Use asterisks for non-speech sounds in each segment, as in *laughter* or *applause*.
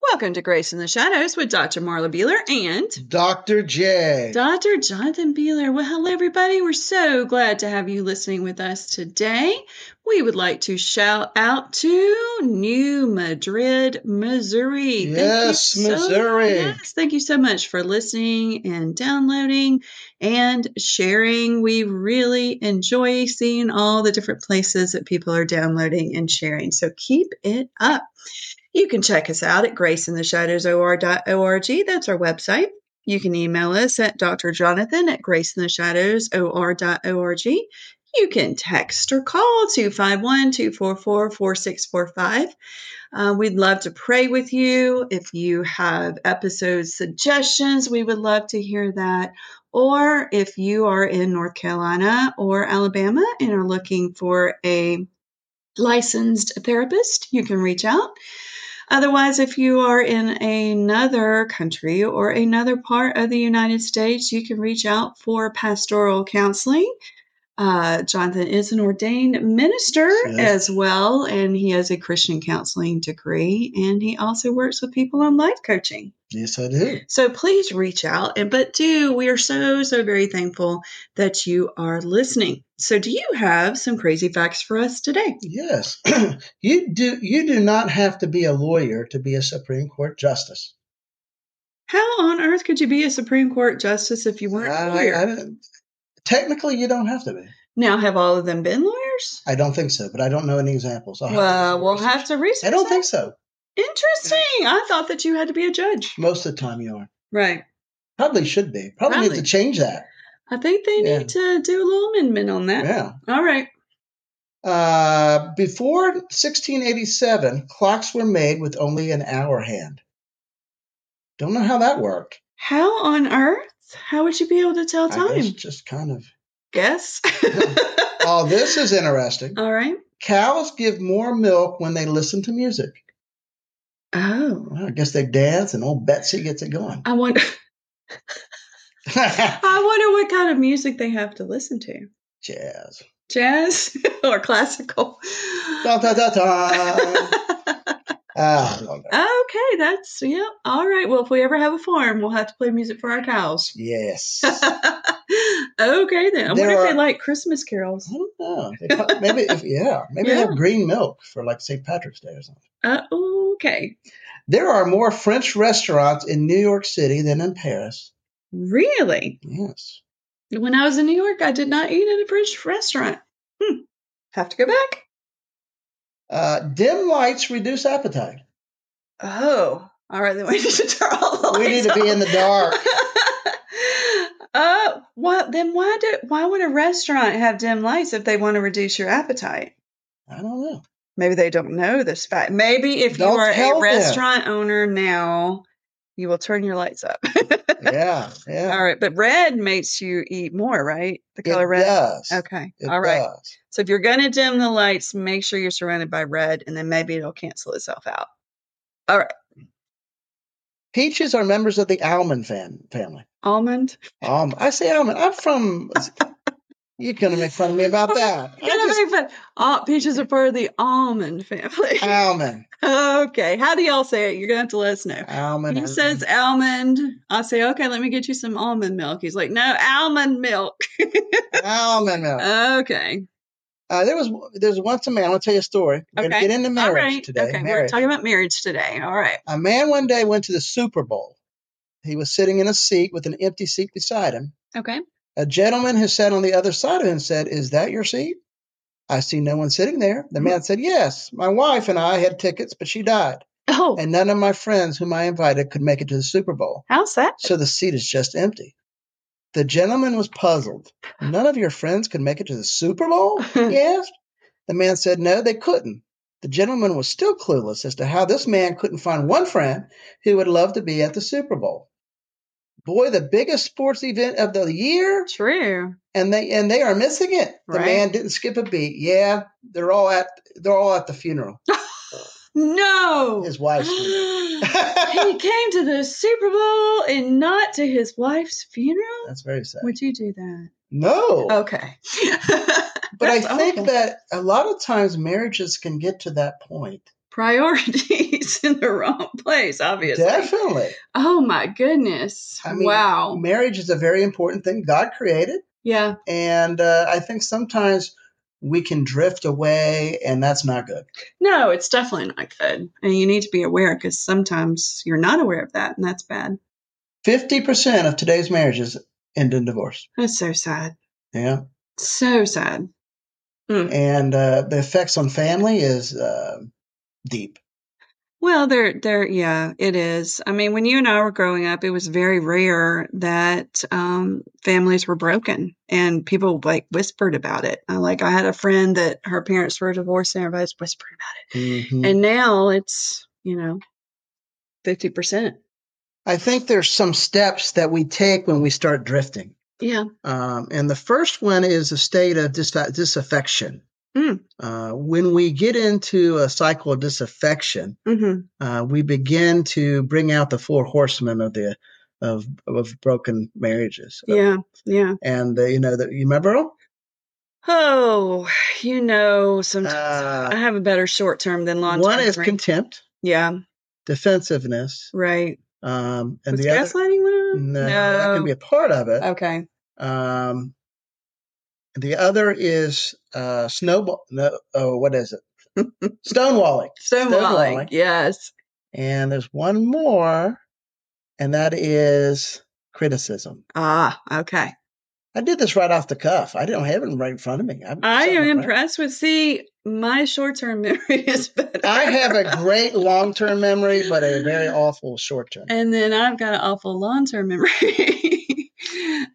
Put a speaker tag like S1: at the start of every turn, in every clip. S1: Welcome to Grace in the Shadows with Dr. Marla Beeler and
S2: Dr. J.
S1: Dr. Jonathan Beeler. Well, hello, everybody. We're so glad to have you listening with us today. We would like to shout out to New Madrid, Missouri. Thank you
S2: Yes,
S1: so-
S2: Missouri.
S1: yes, thank you so much for listening and downloading and sharing. We really enjoy seeing all the different places that people are downloading and sharing. So keep it up. You can check us out at graceintheshadowsor.org. That's our website. You can email us at drjonathan at graceintheshadowsor.org. You can text or call 251 244 4645. Uh, we'd love to pray with you. If you have episode suggestions, we would love to hear that. Or if you are in North Carolina or Alabama and are looking for a licensed therapist, you can reach out. Otherwise, if you are in another country or another part of the United States, you can reach out for pastoral counseling. Uh, Jonathan is an ordained minister
S2: Yes.
S1: as well, and he has a Christian counseling degree, and he also works with people on life coaching.
S2: Yes, I do.
S1: So please reach out. And but do we are so so very thankful that you are listening. So do you have some crazy facts for us today?
S2: Yes. *clears throat* you do you do not have to be a lawyer to be a Supreme Court justice.
S1: How on earth could you be a Supreme Court justice if you weren't a
S2: I-
S1: lawyer?
S2: I don't- technically you don't have to be.
S1: Now, have all of them been lawyers?
S2: I don't think so, but Oh, I don't know any examples. I'll have to
S1: Well,
S2: do
S1: we'll
S2: research.
S1: have to research.
S2: I don't
S1: that.
S2: think so.
S1: Interesting. I thought that you had to be a judge.
S2: Most of the time you aren't.
S1: Right.
S2: Probably should be. Probably, need
S1: Probably.
S2: to change that.
S1: I think they
S2: Yeah.
S1: need to do a little amendment on that.
S2: Yeah.
S1: All right.
S2: Uh, before 1687, clocks were made with only an hour hand. Don't know how that worked.
S1: How on earth? How would you be able to tell
S2: I guess
S1: time?
S2: just kind of. *laughs*
S1: Guess. *laughs*
S2: Oh, this is interesting.
S1: all right.
S2: Cows give more milk when they listen to music.
S1: Oh,
S2: Well, I guess they dance, and old Betsy gets it going. *laughs*
S1: I wonder. I wonder what kind of music they have to listen to.
S2: Jazz.
S1: Jazz *laughs* or
S2: *laughs*
S1: classical.
S2: Da, da, da, da. Ah, I love that.
S1: Okay, that's yeah. All right. Well, if we ever have a farm, we'll have to play music for our cows. *laughs*
S2: Yes. I
S1: okay then. I
S2: There
S1: wonder if they
S2: are-
S1: like Christmas carols.
S2: don't know. They prob- Maybe if yeah, maybe they
S1: Yeah.
S2: have green milk for like St. Patrick's Day or something.
S1: Uh, okay.
S2: There are more French restaurants in New York City than in Paris.
S1: Really?
S2: Yes.
S1: When I was in New York, I did not eat at a French restaurant. Hmm. Have to go back.
S2: Uh, dim lights reduce
S1: *laughs*
S2: appetite.
S1: Oh. All right, then we need to turn all the lights
S2: We need to be
S1: off.
S2: in the dark.
S1: *laughs* uh, what? Then why do? Why would a restaurant have dim lights if they want to reduce your appetite?
S2: I don't know.
S1: Maybe they don't know this fact. Maybe if
S2: Don't
S1: you are
S2: tell
S1: a
S2: them.
S1: restaurant owner now, you will turn your lights up. *laughs*
S2: Yeah, yeah.
S1: All right, but red makes you eat more, right? The
S2: It
S1: color red.
S2: does.
S1: Okay.
S2: It
S1: All right.
S2: does.
S1: So if you're going to dim the lights, make sure you're surrounded by red and then maybe it'll cancel itself out.
S2: Peaches are members of the almond fam- family.
S1: Almond.
S2: Um, I say almond. I'm from. You're gonna make fun of me about that. I
S1: *laughs* You're gonna
S2: just-
S1: make fun. Ah, peaches are part of the almond family.
S2: almond,
S1: *laughs* okay. How do y'all say it? You're going to have to let us know.
S2: almond.
S1: He
S2: almond.
S1: says almond. I say, okay, let me get you some almond milk. He's like, no, almond milk.
S2: almond milk.
S1: Okay.
S2: Uh, there was there's once a man. I'll tell you a story. We're gonna
S1: Okay.
S2: get into marriage
S1: All right.
S2: today.
S1: Okay. We're
S2: marriage.
S1: talking about marriage today. All right.
S2: A man one day went to the Super Bowl. He was sitting in a seat with an empty seat beside him.
S1: Okay.
S2: A gentleman who sat on the other side of him said, Is that your seat? I see no one sitting there. The man said, Yes, my wife and I had tickets, but she died.
S1: Oh,
S2: And none of my friends whom I invited could make it to the Super Bowl.
S1: how's that?
S2: So the seat is just empty. The gentleman was puzzled. None of your friends could make it to the Super Bowl? He asked. The man said, No, they couldn't. The gentleman was still clueless as to how this man couldn't find one friend who would love to be at the Super Bowl. Boy, the biggest sports event of the year
S1: True.
S2: and they and they are missing it. The
S1: Right.
S2: man didn't skip a beat. Yeah, they're all at they're all at the funeral.
S1: No. *gasps*
S2: His wife's funeral.
S1: he came to the Super Bowl and not to his wife's funeral?
S2: That's very sad.
S1: Would you do that?
S2: No,
S1: Okay. *laughs* Oh,
S2: but I
S1: that's
S2: think
S1: awful.
S2: that a lot of times marriages can get to that point
S1: priorities in the wrong place, obviously.
S2: Definitely.
S1: Oh my goodness.
S2: I mean,
S1: wow.
S2: Marriage is a very important thing God created.
S1: yeah.
S2: And uh, I think sometimes we can drift away, and that's not good.
S1: No, it's definitely not good. And you need to be aware because sometimes you're not aware of that and that's bad.
S2: 50% of today's marriages end in divorce.
S1: That's so sad.
S2: Yeah.
S1: So sad. Mm.
S2: And uh, the effects on family is uh, deep.
S1: Well, there, there, yeah, it is. I mean, when you and I were growing up, it was very rare that um, families were broken and people like whispered about it. Uh, Like I had a friend that her parents were divorced and everybody's whispering about
S2: Mhm.
S1: it. And now it's, you know, 50%.
S2: I think there's some steps that we take when we start drifting.
S1: Yeah.
S2: Um, and the first one is a state of disf- disaffection.
S1: Mm.
S2: Uh, when we get into a cycle of disaffection,
S1: Mm-hmm.
S2: uh, we begin to bring out the four horsemen of the of of broken marriages.
S1: Yeah. Yeah.
S2: and the, you know that you remember them.
S1: Oh, you know, sometimes
S2: Uh,
S1: I have a better short term than long term.
S2: one is
S1: memory.
S2: contempt,
S1: yeah,
S2: defensiveness,
S1: right.
S2: um, and
S1: Was
S2: the other
S1: gaslighting one? of them?
S2: no, that can be a part of it.
S1: okay.
S2: Um, the other is uh, snowball. No, oh, what
S1: *laughs*
S2: is it? Stonewalling.
S1: Stonewalling.
S2: Stonewalling.
S1: Yes.
S2: And there's one more, and that is criticism.
S1: Ah, okay.
S2: I did this right off the cuff. I didn't have it right in front of me. I'm
S1: I
S2: so
S1: am
S2: impressed.
S1: impressed with see my short term *laughs* memory is better.
S2: I have a great long term memory, but a very awful short term.
S1: and then I've got an awful long term memory. *laughs*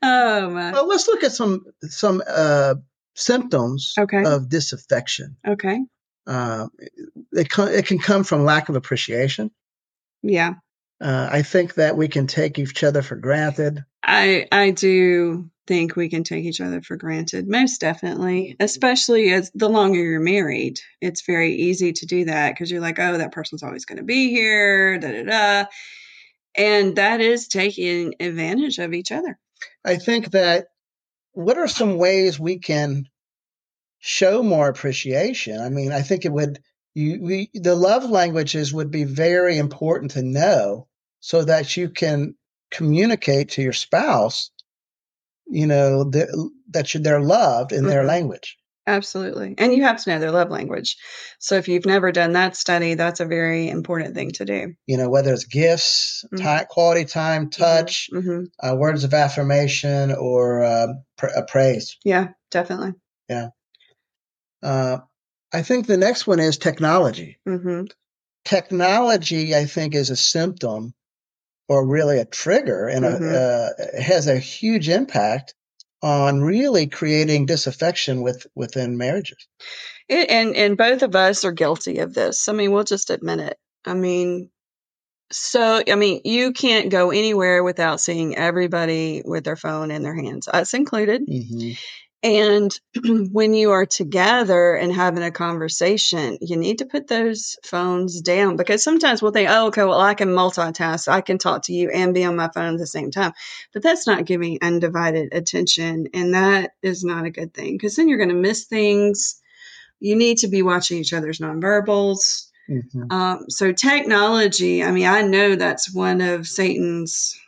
S1: oh my.
S2: Well, let's look at some some uh, symptoms
S1: Okay.
S2: of disaffection.
S1: Okay.
S2: Uh, it, co- it can come from lack of appreciation.
S1: Yeah.
S2: Uh, I think that we can take each other for granted.
S1: I I do think we can take each other for granted, most definitely. Especially as the longer you're married, it's very easy to do that because you're like, oh, that person's always going to be here, da da da, and that is taking advantage of each other.
S2: I think that what are some ways we can show more appreciation? I mean, I think it would you we, the love languages would be very important to know so that you can communicate to your spouse, you know, the, that you, they're loved in their
S1: Mhm.
S2: language.
S1: Absolutely, and you have to know their love language. So if you've never done that study, that's a very important thing to do.
S2: You know, whether it's gifts,
S1: Mhm.
S2: time, quality time, touch,
S1: Mhm.
S2: uh, words of affirmation, or uh, pr- uh, praise.
S1: Yeah, definitely.
S2: Uh, I think the next one is technology.
S1: hmm
S2: Technology, I think, is a symptom or really a trigger and a- uh, has a huge impact on really creating disaffection with, within marriages.
S1: It, and and both of us are guilty of this. I mean, we'll just admit it. I mean, so I mean, you can't go anywhere without seeing everybody with their phone in their hands, us included. And *clears throat* when you are together and having a conversation, you need to put those phones down because sometimes we'll think, oh, okay, well, I can multitask. I can talk to you and be on my phone at the same time. But that's not giving undivided attention. And that is not a good thing because then you're going to miss things. You need to be watching each other's nonverbals.
S2: Mhm.
S1: Um, so technology, I mean, I know that's one of Satan's,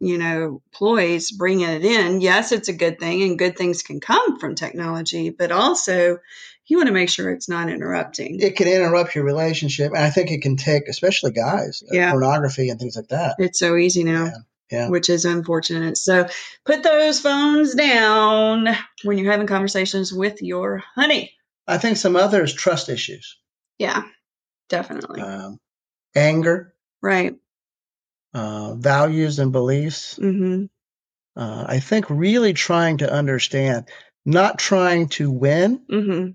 S1: you know, ploys bringing it in. Yes, it's a good thing, and good things can come from technology, but also you want to make sure it's not interrupting.
S2: It can interrupt your relationship. And I think it can take, especially guys, uh,
S1: Yeah.
S2: pornography and things like that.
S1: it's so easy now.
S2: Yeah, yeah.
S1: Which is unfortunate. So put those phones down when you're having conversations with your honey.
S2: I think some other is trust issues,
S1: Yeah, definitely.
S2: um, anger,
S1: right.
S2: uh, values and beliefs.
S1: Mm-hmm.
S2: Uh, I think really trying to understand, not trying to win,
S1: Mm-hmm.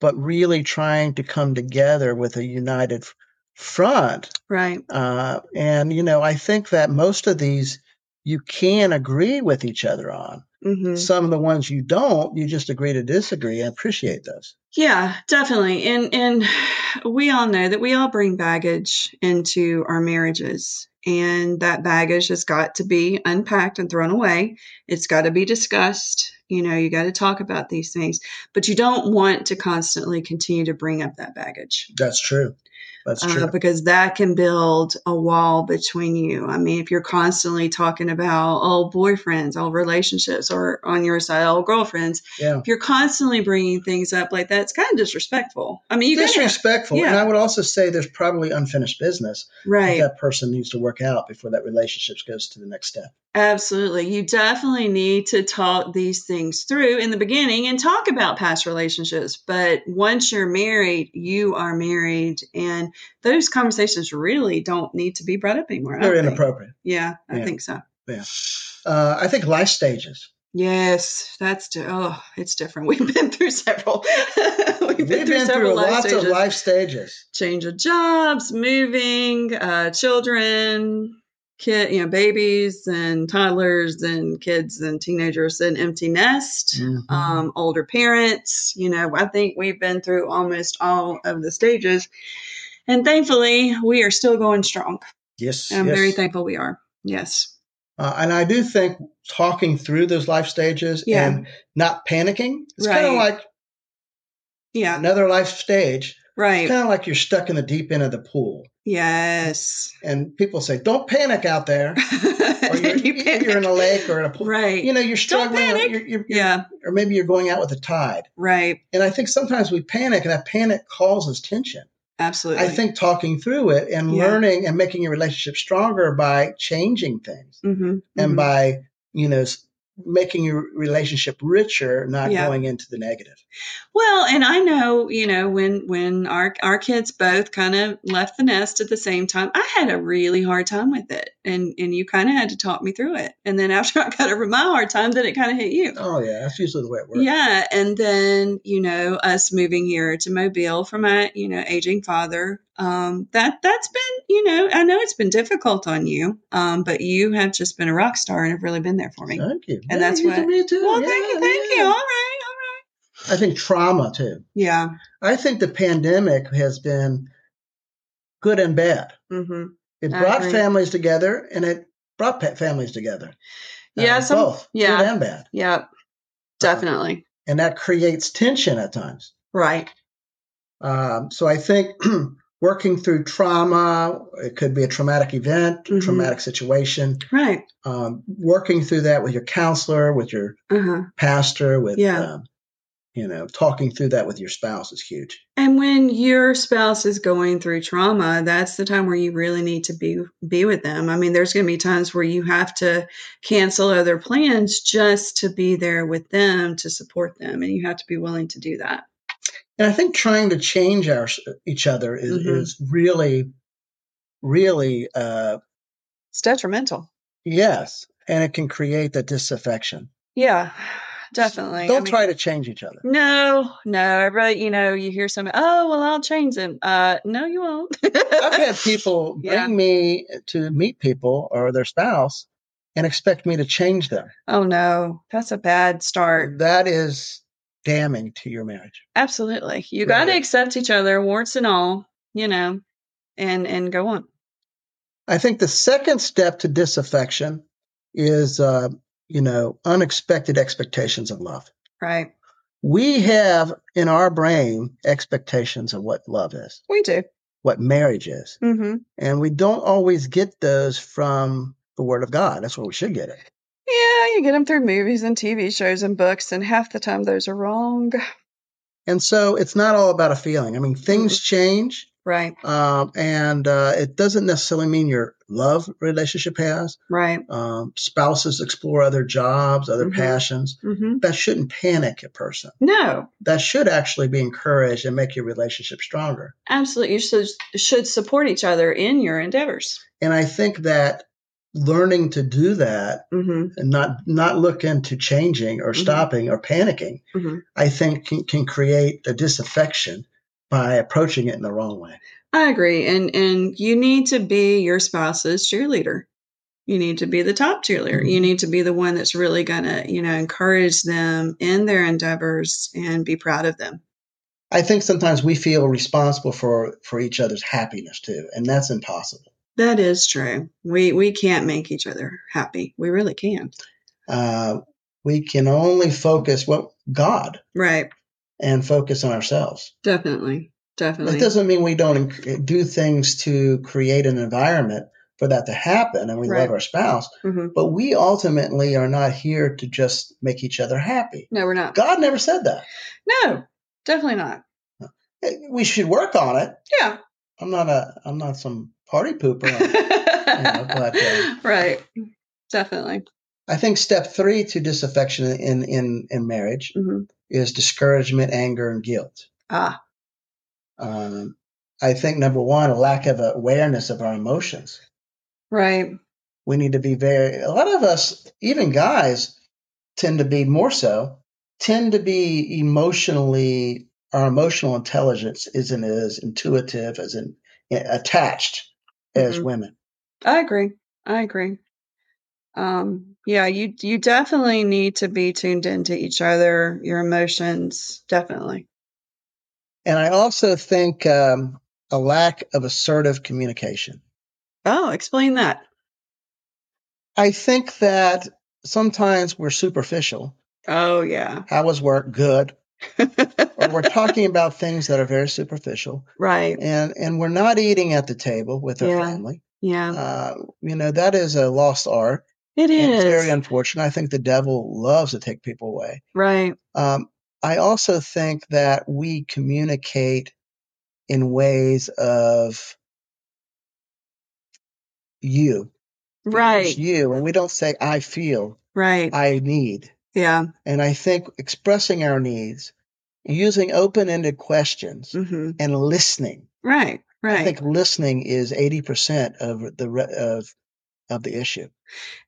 S2: but really trying to come together with a united f- front.
S1: Right.
S2: Uh, and, you know, I think that most of these you can agree with each other on.
S1: Mm-hmm.
S2: Some of the ones you don't, you just agree to disagree and appreciate those.
S1: Yeah, definitely. And and we all know that we all bring baggage into our marriages. And that baggage has got to be unpacked and thrown away. It's got to be discussed. You know, you got to talk about these things, but you don't want to constantly continue to bring up that baggage.
S2: That's true. That's true.
S1: uh, because that can build a wall between you. I mean, if you're constantly talking about old boyfriends, old relationships, or on your side, old girlfriends,
S2: yeah.
S1: if you're constantly bringing things up like that, it's kind of disrespectful. I mean, you gotta-
S2: Disrespectful.
S1: yeah.
S2: And I would also say there's probably unfinished business that
S1: right?
S2: that person needs to work out before that relationship goes to the next step.
S1: Absolutely. You definitely need to talk these things through in the beginning and talk about past relationships. But once you're married, you are married, and those conversations really don't need to be brought up anymore. I
S2: They're
S1: think.
S2: inappropriate.
S1: Yeah, I
S2: Yeah.
S1: think so.
S2: Uh, I think life stages.
S1: Yes, that's di- oh, it's different. *laughs* We've been through several. *laughs* We've
S2: We've
S1: been through several life
S2: lots
S1: stages.
S2: of life stages.
S1: Change of jobs, moving, uh, children, kid, you know, babies and toddlers and kids and teenagers and empty nest.
S2: Mm-hmm.
S1: Um, older parents, you know, I think we've been through almost all of the stages, and thankfully, we are still going strong.
S2: yes.
S1: I'm
S2: yes.
S1: very thankful we are. Yes,
S2: Uh, and I do think talking through those life stages
S1: Yeah.
S2: and not panicking, it's kind of
S1: Right.
S2: like
S1: yeah,
S2: another life stage. It's
S1: right.
S2: kind of like you're stuck in the deep end of the pool.
S1: Yes.
S2: And people say, don't panic
S1: *laughs*
S2: out there. *laughs* Or you're,
S1: And you panic.
S2: you're in a lake or in a pool.
S1: Right.
S2: You know, you're struggling.
S1: panic.
S2: You're, you're, you're-
S1: yeah.
S2: Or maybe you're going out with the tide.
S1: Right.
S2: And I think sometimes we panic, and that panic causes tension.
S1: Absolutely.
S2: I think talking through it and
S1: Yeah.
S2: learning and making your relationship stronger by changing things.
S1: Mm-hmm,
S2: and by you know s- making your relationship richer not
S1: Yeah.
S2: going into the negative
S1: well, and I know, you know, when when our our kids both kind of left the nest at the same time, I had a really hard time with it, and and you kind of had to talk me through it, and then after *laughs* I got over my hard time, then it kind of hit you.
S2: oh yeah that's usually the way it works
S1: Yeah, and then you know us moving here to Mobile for my you know aging father. Um, that that's been you know I know it's been difficult on you, um, but you have just been a rock star and have really been there for me.
S2: thank you
S1: And that's
S2: you
S1: what-
S2: did me too
S1: Well,
S2: Yeah,
S1: thank you, thank
S2: yeah.
S1: you. All right, all right.
S2: i think trauma too
S1: Yeah.
S2: i think the pandemic has been good and bad
S1: Mm-hmm.
S2: it
S1: I
S2: brought
S1: agree.
S2: families together and it brought pet families together Uh,
S1: Yeah, some-
S2: both
S1: yeah.
S2: good and bad
S1: Yep. Definitely.
S2: and that creates tension at times
S1: Right.
S2: Um, so I think *clears throat* working through trauma, it could be a traumatic event,
S1: Mhm.
S2: traumatic situation,
S1: Right.
S2: um, working through that with your counselor, with your
S1: Uh huh.
S2: pastor, with,
S1: Yeah.
S2: um, you know, talking through that with your spouse is huge.
S1: And when your spouse is going through trauma, that's the time where you really need to be be with them. I mean, there's going to be times where you have to cancel other plans just to be there with them to support them, and you have to be willing to do that.
S2: And I think trying to change our each other is,
S1: Mhm.
S2: is really, really, uh,
S1: It's detrimental.
S2: yes. And it can create the disaffection.
S1: Yeah, definitely. I
S2: Don't
S1: mean-
S2: try to change each other.
S1: No, no. Everybody, you know, you hear somebody, oh, well, I'll change them. Uh, no, you
S2: *laughs*
S1: won't.
S2: I've had people bring
S1: Yeah.
S2: me to meet people or their spouse and expect me to change them.
S1: *laughs* Oh no, that's a bad start.
S2: That is damning to your marriage.
S1: Absolutely. You
S2: Right.
S1: got to accept each other, warts and all, you know, and and go on.
S2: I think the second step to disaffection is, uh, you know, unexpected expectations of love.
S1: Right.
S2: We have in our brain expectations of what love is,
S1: We do.
S2: what marriage is,
S1: Mm-hmm.
S2: and we don't always get those from the Word of God. That's where we should get it.
S1: Yeah, you get them through movies and TV shows and books, and half the time those are wrong.
S2: And so it's not all about a feeling. I mean, things change.
S1: Right.
S2: um, and uh, it doesn't necessarily mean your love relationship has.
S1: Right.
S2: Um, spouses explore other jobs, other
S1: Mhm.
S2: passions.
S1: Mm-hmm.
S2: That shouldn't panic a person.
S1: No,
S2: That should actually be encouraged and make your relationship stronger.
S1: absolutely. You should should support each other in your endeavors.
S2: And I think that learning to do that
S1: Mm-hmm.
S2: and not not look into changing or
S1: Mhm.
S2: stopping or panicking,
S1: Mhm.
S2: I think can, can create a disaffection by approaching it in the wrong way.
S1: I agree. And and you need to be your spouse's cheerleader. You need to be the top cheerleader. You need to be the one that's really gonna, you know, encourage them in their endeavors and be proud of them.
S2: I think sometimes we feel responsible for for each other's happiness too, and that's impossible.
S1: That is true. We we can't make each other happy. We really can't.
S2: uh, we can only focus what God
S1: Right.
S2: and focus on ourselves.
S1: Definitely. Definitely.
S2: That doesn't mean we don't inc- do things to create an environment for that to happen and we
S1: Right.
S2: love our spouse,
S1: hmm
S2: but we ultimately are not here to just make each other happy.
S1: No, we're not.
S2: God never said that.
S1: No, definitely not.
S2: Eh, We should work on it.
S1: Yeah.
S2: I'm not a I'm not some party
S1: *laughs*
S2: pooper. know, but, uh,
S1: right. Definitely.
S2: I think step 3 to disaffection in in in marriage
S1: hmm
S2: is discouragement, anger and guilt.
S1: Ah,
S2: Um, I think number 1 a lack of awareness of our emotions.
S1: right.
S2: we need to be very a lot of us even guys tend to be more so tend to be emotionally our emotional intelligence isn't as intuitive as in eh, attached as
S1: Mhm.
S2: women
S1: I agree. I agree. Um, yeah, you you definitely need to be tuned into each other, your emotions, definitely.
S2: and i also think um, a lack of assertive communication
S1: Oh, explain that.
S2: i think that sometimes we're superficial
S1: Oh yeah. *laughs*
S2: how was work good or we're talking about things that are very superficial
S1: right.
S2: and and we're not eating at the table with our
S1: Yeah.
S2: family
S1: Yeah.
S2: uh, you know that is a lost art.
S1: It
S2: and It's very
S1: is.
S2: unfortunate. I think the devil loves to take people away.
S1: Right.
S2: Um, I also think that we communicate in ways of you, it's
S1: Right.
S2: you, and we don't say I feel,
S1: Right.
S2: I need.
S1: Yeah.
S2: And I think expressing our needs, using open-ended questions,
S1: hmm
S2: and listening.
S1: Right. Right.
S2: I think listening is eighty percent of the re- of of the issue.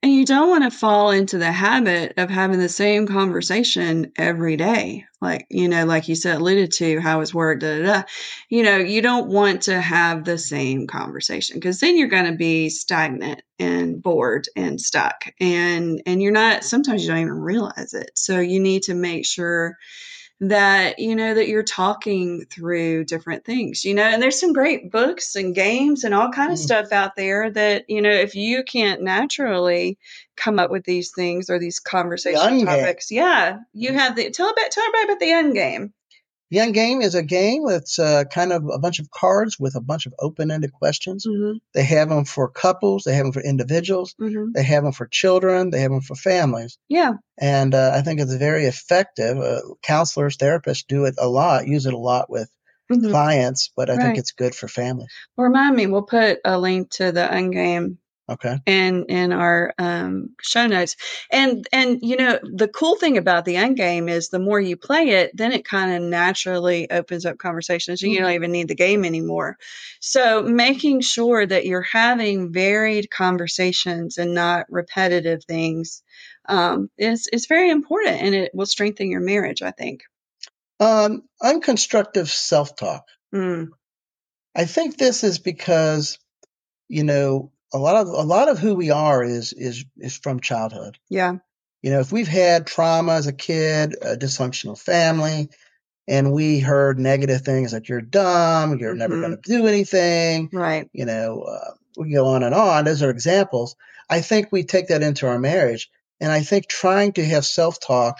S1: And you don't want to fall into the habit of having the same conversation every day. Like, you know, like you said, alluded to how it's work, da da da. You know, you don't want to have the same conversation because then you're going to be stagnant and bored and stuck. And, and you're not, sometimes you don't even realize it. So you need to make sure that you know that you're talking through different things you know and there's some great books and games and all kind of
S2: Mm.
S1: stuff out there that you know if you can't naturally come up with these things or these conversation
S2: Young game.
S1: topics yeah you have the tell about tell everybody about the end game
S2: The end game is a game that's uh, kind of a bunch of cards with a bunch of open-ended questions.
S1: mm-hmm,
S2: They have them for couples, they have them for individuals,
S1: mm-hmm.
S2: they have them for children, they have them for families.
S1: yeah
S2: And uh, I think it's very effective. Uh, counselors, therapists do it a lot, use it a lot with
S1: mhm.
S2: clients, but I
S1: Right.
S2: think it's good for families.
S1: remind me we'll put a link to the end game
S2: Okay.
S1: in in our um, show notes. And and you know the cool thing about the end game is the more you play it, then it kind of naturally opens up conversations, and you don't even need the game anymore. So making sure that you're having varied conversations and not repetitive things um, is is very important, and it will strengthen your marriage. I think.
S2: Um, unconstructive self talk.
S1: Mm,
S2: I think this is because, you know, a lot of a lot of who we are is is is from childhood.
S1: yeah.
S2: You know, if we've had trauma as a kid, a dysfunctional family, and we heard negative things like you're dumb, you're never
S1: Mhm.
S2: going to do anything,
S1: Right.
S2: you know, uh, we can go on and on. Those are examples. I think we take that into our marriage. And I think trying to have self talk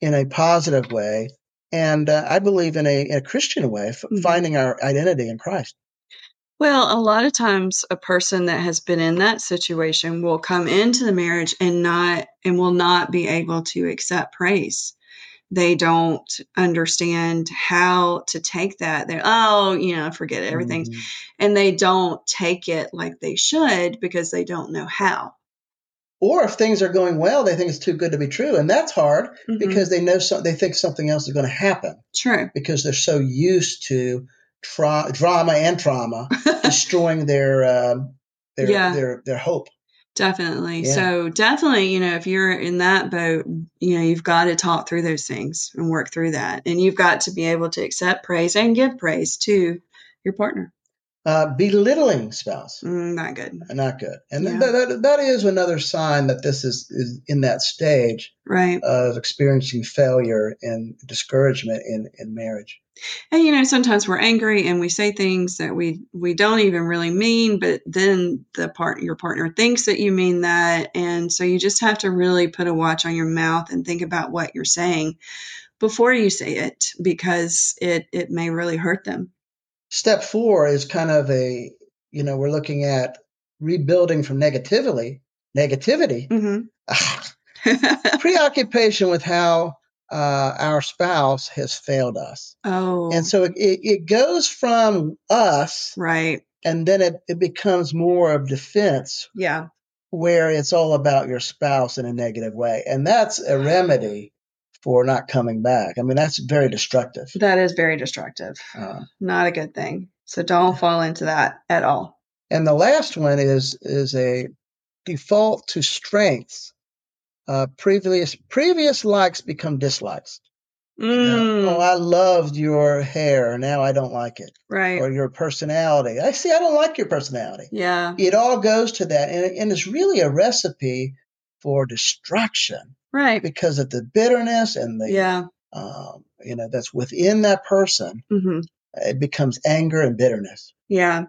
S2: in a positive way, and uh, I believe in a, in a Christian way, f-
S1: Mhm.
S2: finding our identity in Christ.
S1: Well, a lot of times a person that has been in that situation will come into the marriage and not and will not be able to accept praise. They don't understand how to take that. They're, oh, you know, forget it, everything.
S2: Mhm.
S1: And they don't take it like they should because they don't know how.
S2: Or if things are going well, they think it's too good to be true, and that's hard
S1: Mhm.
S2: because they know some, they think something else is going to happen.
S1: True. *laughs*
S2: because they're so used to tra- drama and
S1: *laughs*
S2: trauma destroying their um, their,
S1: Yeah.
S2: their their hope.
S1: Definitely.
S2: Yeah.
S1: So definitely, you know, if you're in that boat, you know, you've got to talk through those things and work through that. And you've got to be able to accept praise and give praise to your partner.
S2: Uh, belittling spouse,
S1: Mm, not good.
S2: not good. And
S1: Yeah.
S2: that, that that is another sign that this is, is in that stage
S1: Right.
S2: of experiencing failure and discouragement in in marriage.
S1: And you know, sometimes we're angry and we say things that we we don't even really mean, but then the part your partner thinks that you mean that. And so you just have to really put a watch on your mouth and think about what you're saying before you say it because it it may really hurt them.
S2: Step four is kind of a, you know, we're looking at rebuilding from negativity,
S1: *laughs*
S2: negativity,
S1: Mm-hmm.
S2: preoccupation with how uh, our spouse has failed us.
S1: oh,
S2: And so it, it, it goes from us
S1: right.
S2: and then it, it becomes more of defense
S1: Yeah.
S2: where it's all about your spouse in a negative way. And that's a remedy for not coming back. I mean, that's very destructive.
S1: That is very destructive.
S2: Uh,
S1: Not a good thing. So don't fall into that at all.
S2: and the last one is is a default to strengths. Uh, previous previous likes become dislikes. You know,
S1: Mm,
S2: oh, I loved your hair. Now I don't like it.
S1: right.
S2: Or your personality. I see. I don't like your personality.
S1: yeah.
S2: It all goes to that, and, and it's really a recipe for destruction
S1: Right.
S2: because of the bitterness and the
S1: Yeah.
S2: um, you know that's within that person.
S1: hmm
S2: It becomes anger and bitterness.
S1: Yeah.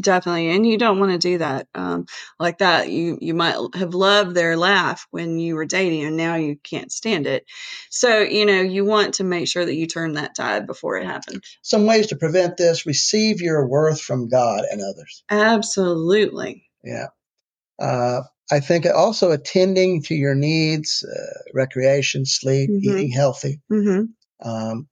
S1: Definitely. And you don't want to do that. Um, like that, you, you might have loved their laugh when you were dating and now you can't stand it. So, you know, you want to make sure that you turn that tide before it happens.
S2: Some ways to prevent this: receive your worth from God and others.
S1: Absolutely.
S2: Yeah, uh, I think also attending to your needs, uh, recreation, sleep,
S1: Mhm.
S2: eating healthy,
S1: Mm-hmm.
S2: um,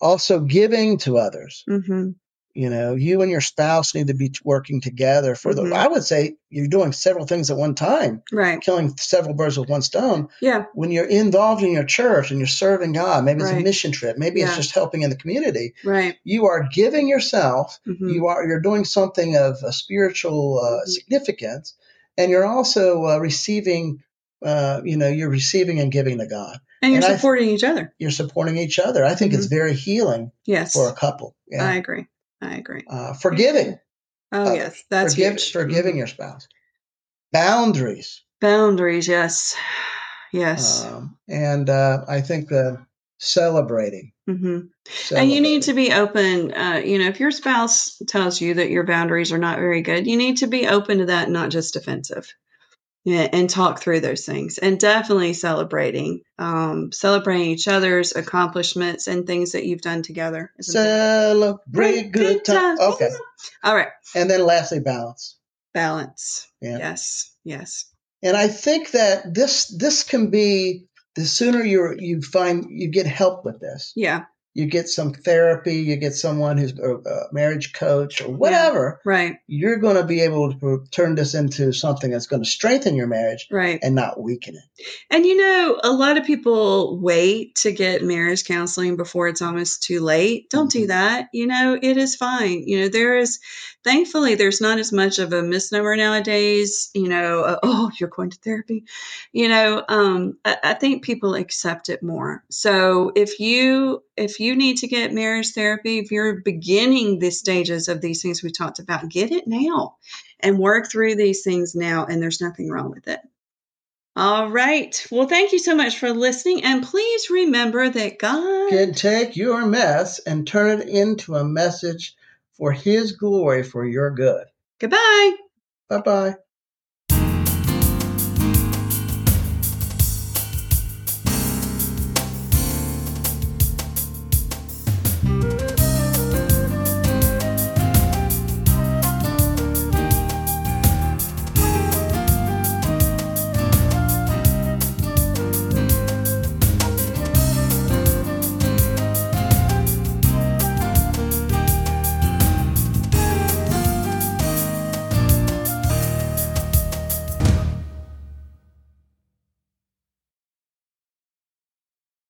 S2: also giving to others.
S1: Mm-hmm.
S2: You know, you and your spouse need to be working together for the.
S1: Mhm.
S2: I would say you're doing several things at one time,
S1: Right.
S2: killing several birds with one stone.
S1: Yeah.
S2: when you're involved in your church and you're serving God, maybe it's
S1: Right.
S2: a mission trip, maybe
S1: Yeah.
S2: it's just helping in the community,
S1: Right.
S2: you are giving yourself,
S1: Mm-hmm.
S2: you are you're doing something of a spiritual uh,
S1: Mhm.
S2: significance, and you're also uh, receiving, uh, you know, you're receiving and giving to God.
S1: and you're
S2: and I-
S1: supporting each other.
S2: You're supporting each other. I think it's very healing
S1: Mm-hmm. Yes.
S2: for a couple. Yeah,
S1: I agree. I agree.
S2: uh, forgiving,
S1: Oh,
S2: Uh,
S1: yes. That's
S2: forgive,
S1: huge.
S2: forgiving
S1: Mhm.
S2: your spouse, boundaries,
S1: Boundaries. Yes. Yes.
S2: um, and uh, I think the celebrating.
S1: hmm and you need
S2: celebrating.
S1: to be open uh, you know if your spouse tells you that your boundaries are not very good you need to be open to that and not just defensive yeah, and talk through those things and definitely celebrating um, celebrating each other's accomplishments and things that you've done together is important.
S2: Celebrate good times. Okay.
S1: all right
S2: And then lastly, balance.
S1: balance
S2: Yeah.
S1: yes yes
S2: And I think that this this can be the sooner you you find you get help with this,
S1: yeah
S2: you get some therapy, you get someone who's a, a marriage coach or whatever,
S1: right
S2: you're going to be able to turn this into something that's going to strengthen your marriage
S1: right
S2: and not weaken it.
S1: And you know, a lot of people wait to get marriage counseling before it's almost too late. Don't do
S2: Mhm.
S1: that. You know, it is fine. You know, there is, thankfully, there's not as much of a misnomer nowadays. You know, uh, oh, you're going to therapy. You know, um, I, I think people accept it more. So if you if you need to get marriage therapy, if you're beginning the stages of these things we talked about, get it now and work through these things now. And there's nothing wrong with it. All right. Well, thank you so much for listening. And please remember that God.
S2: Can take your mess and turn it into a message for His glory for your good.
S1: Goodbye.
S2: Bye bye.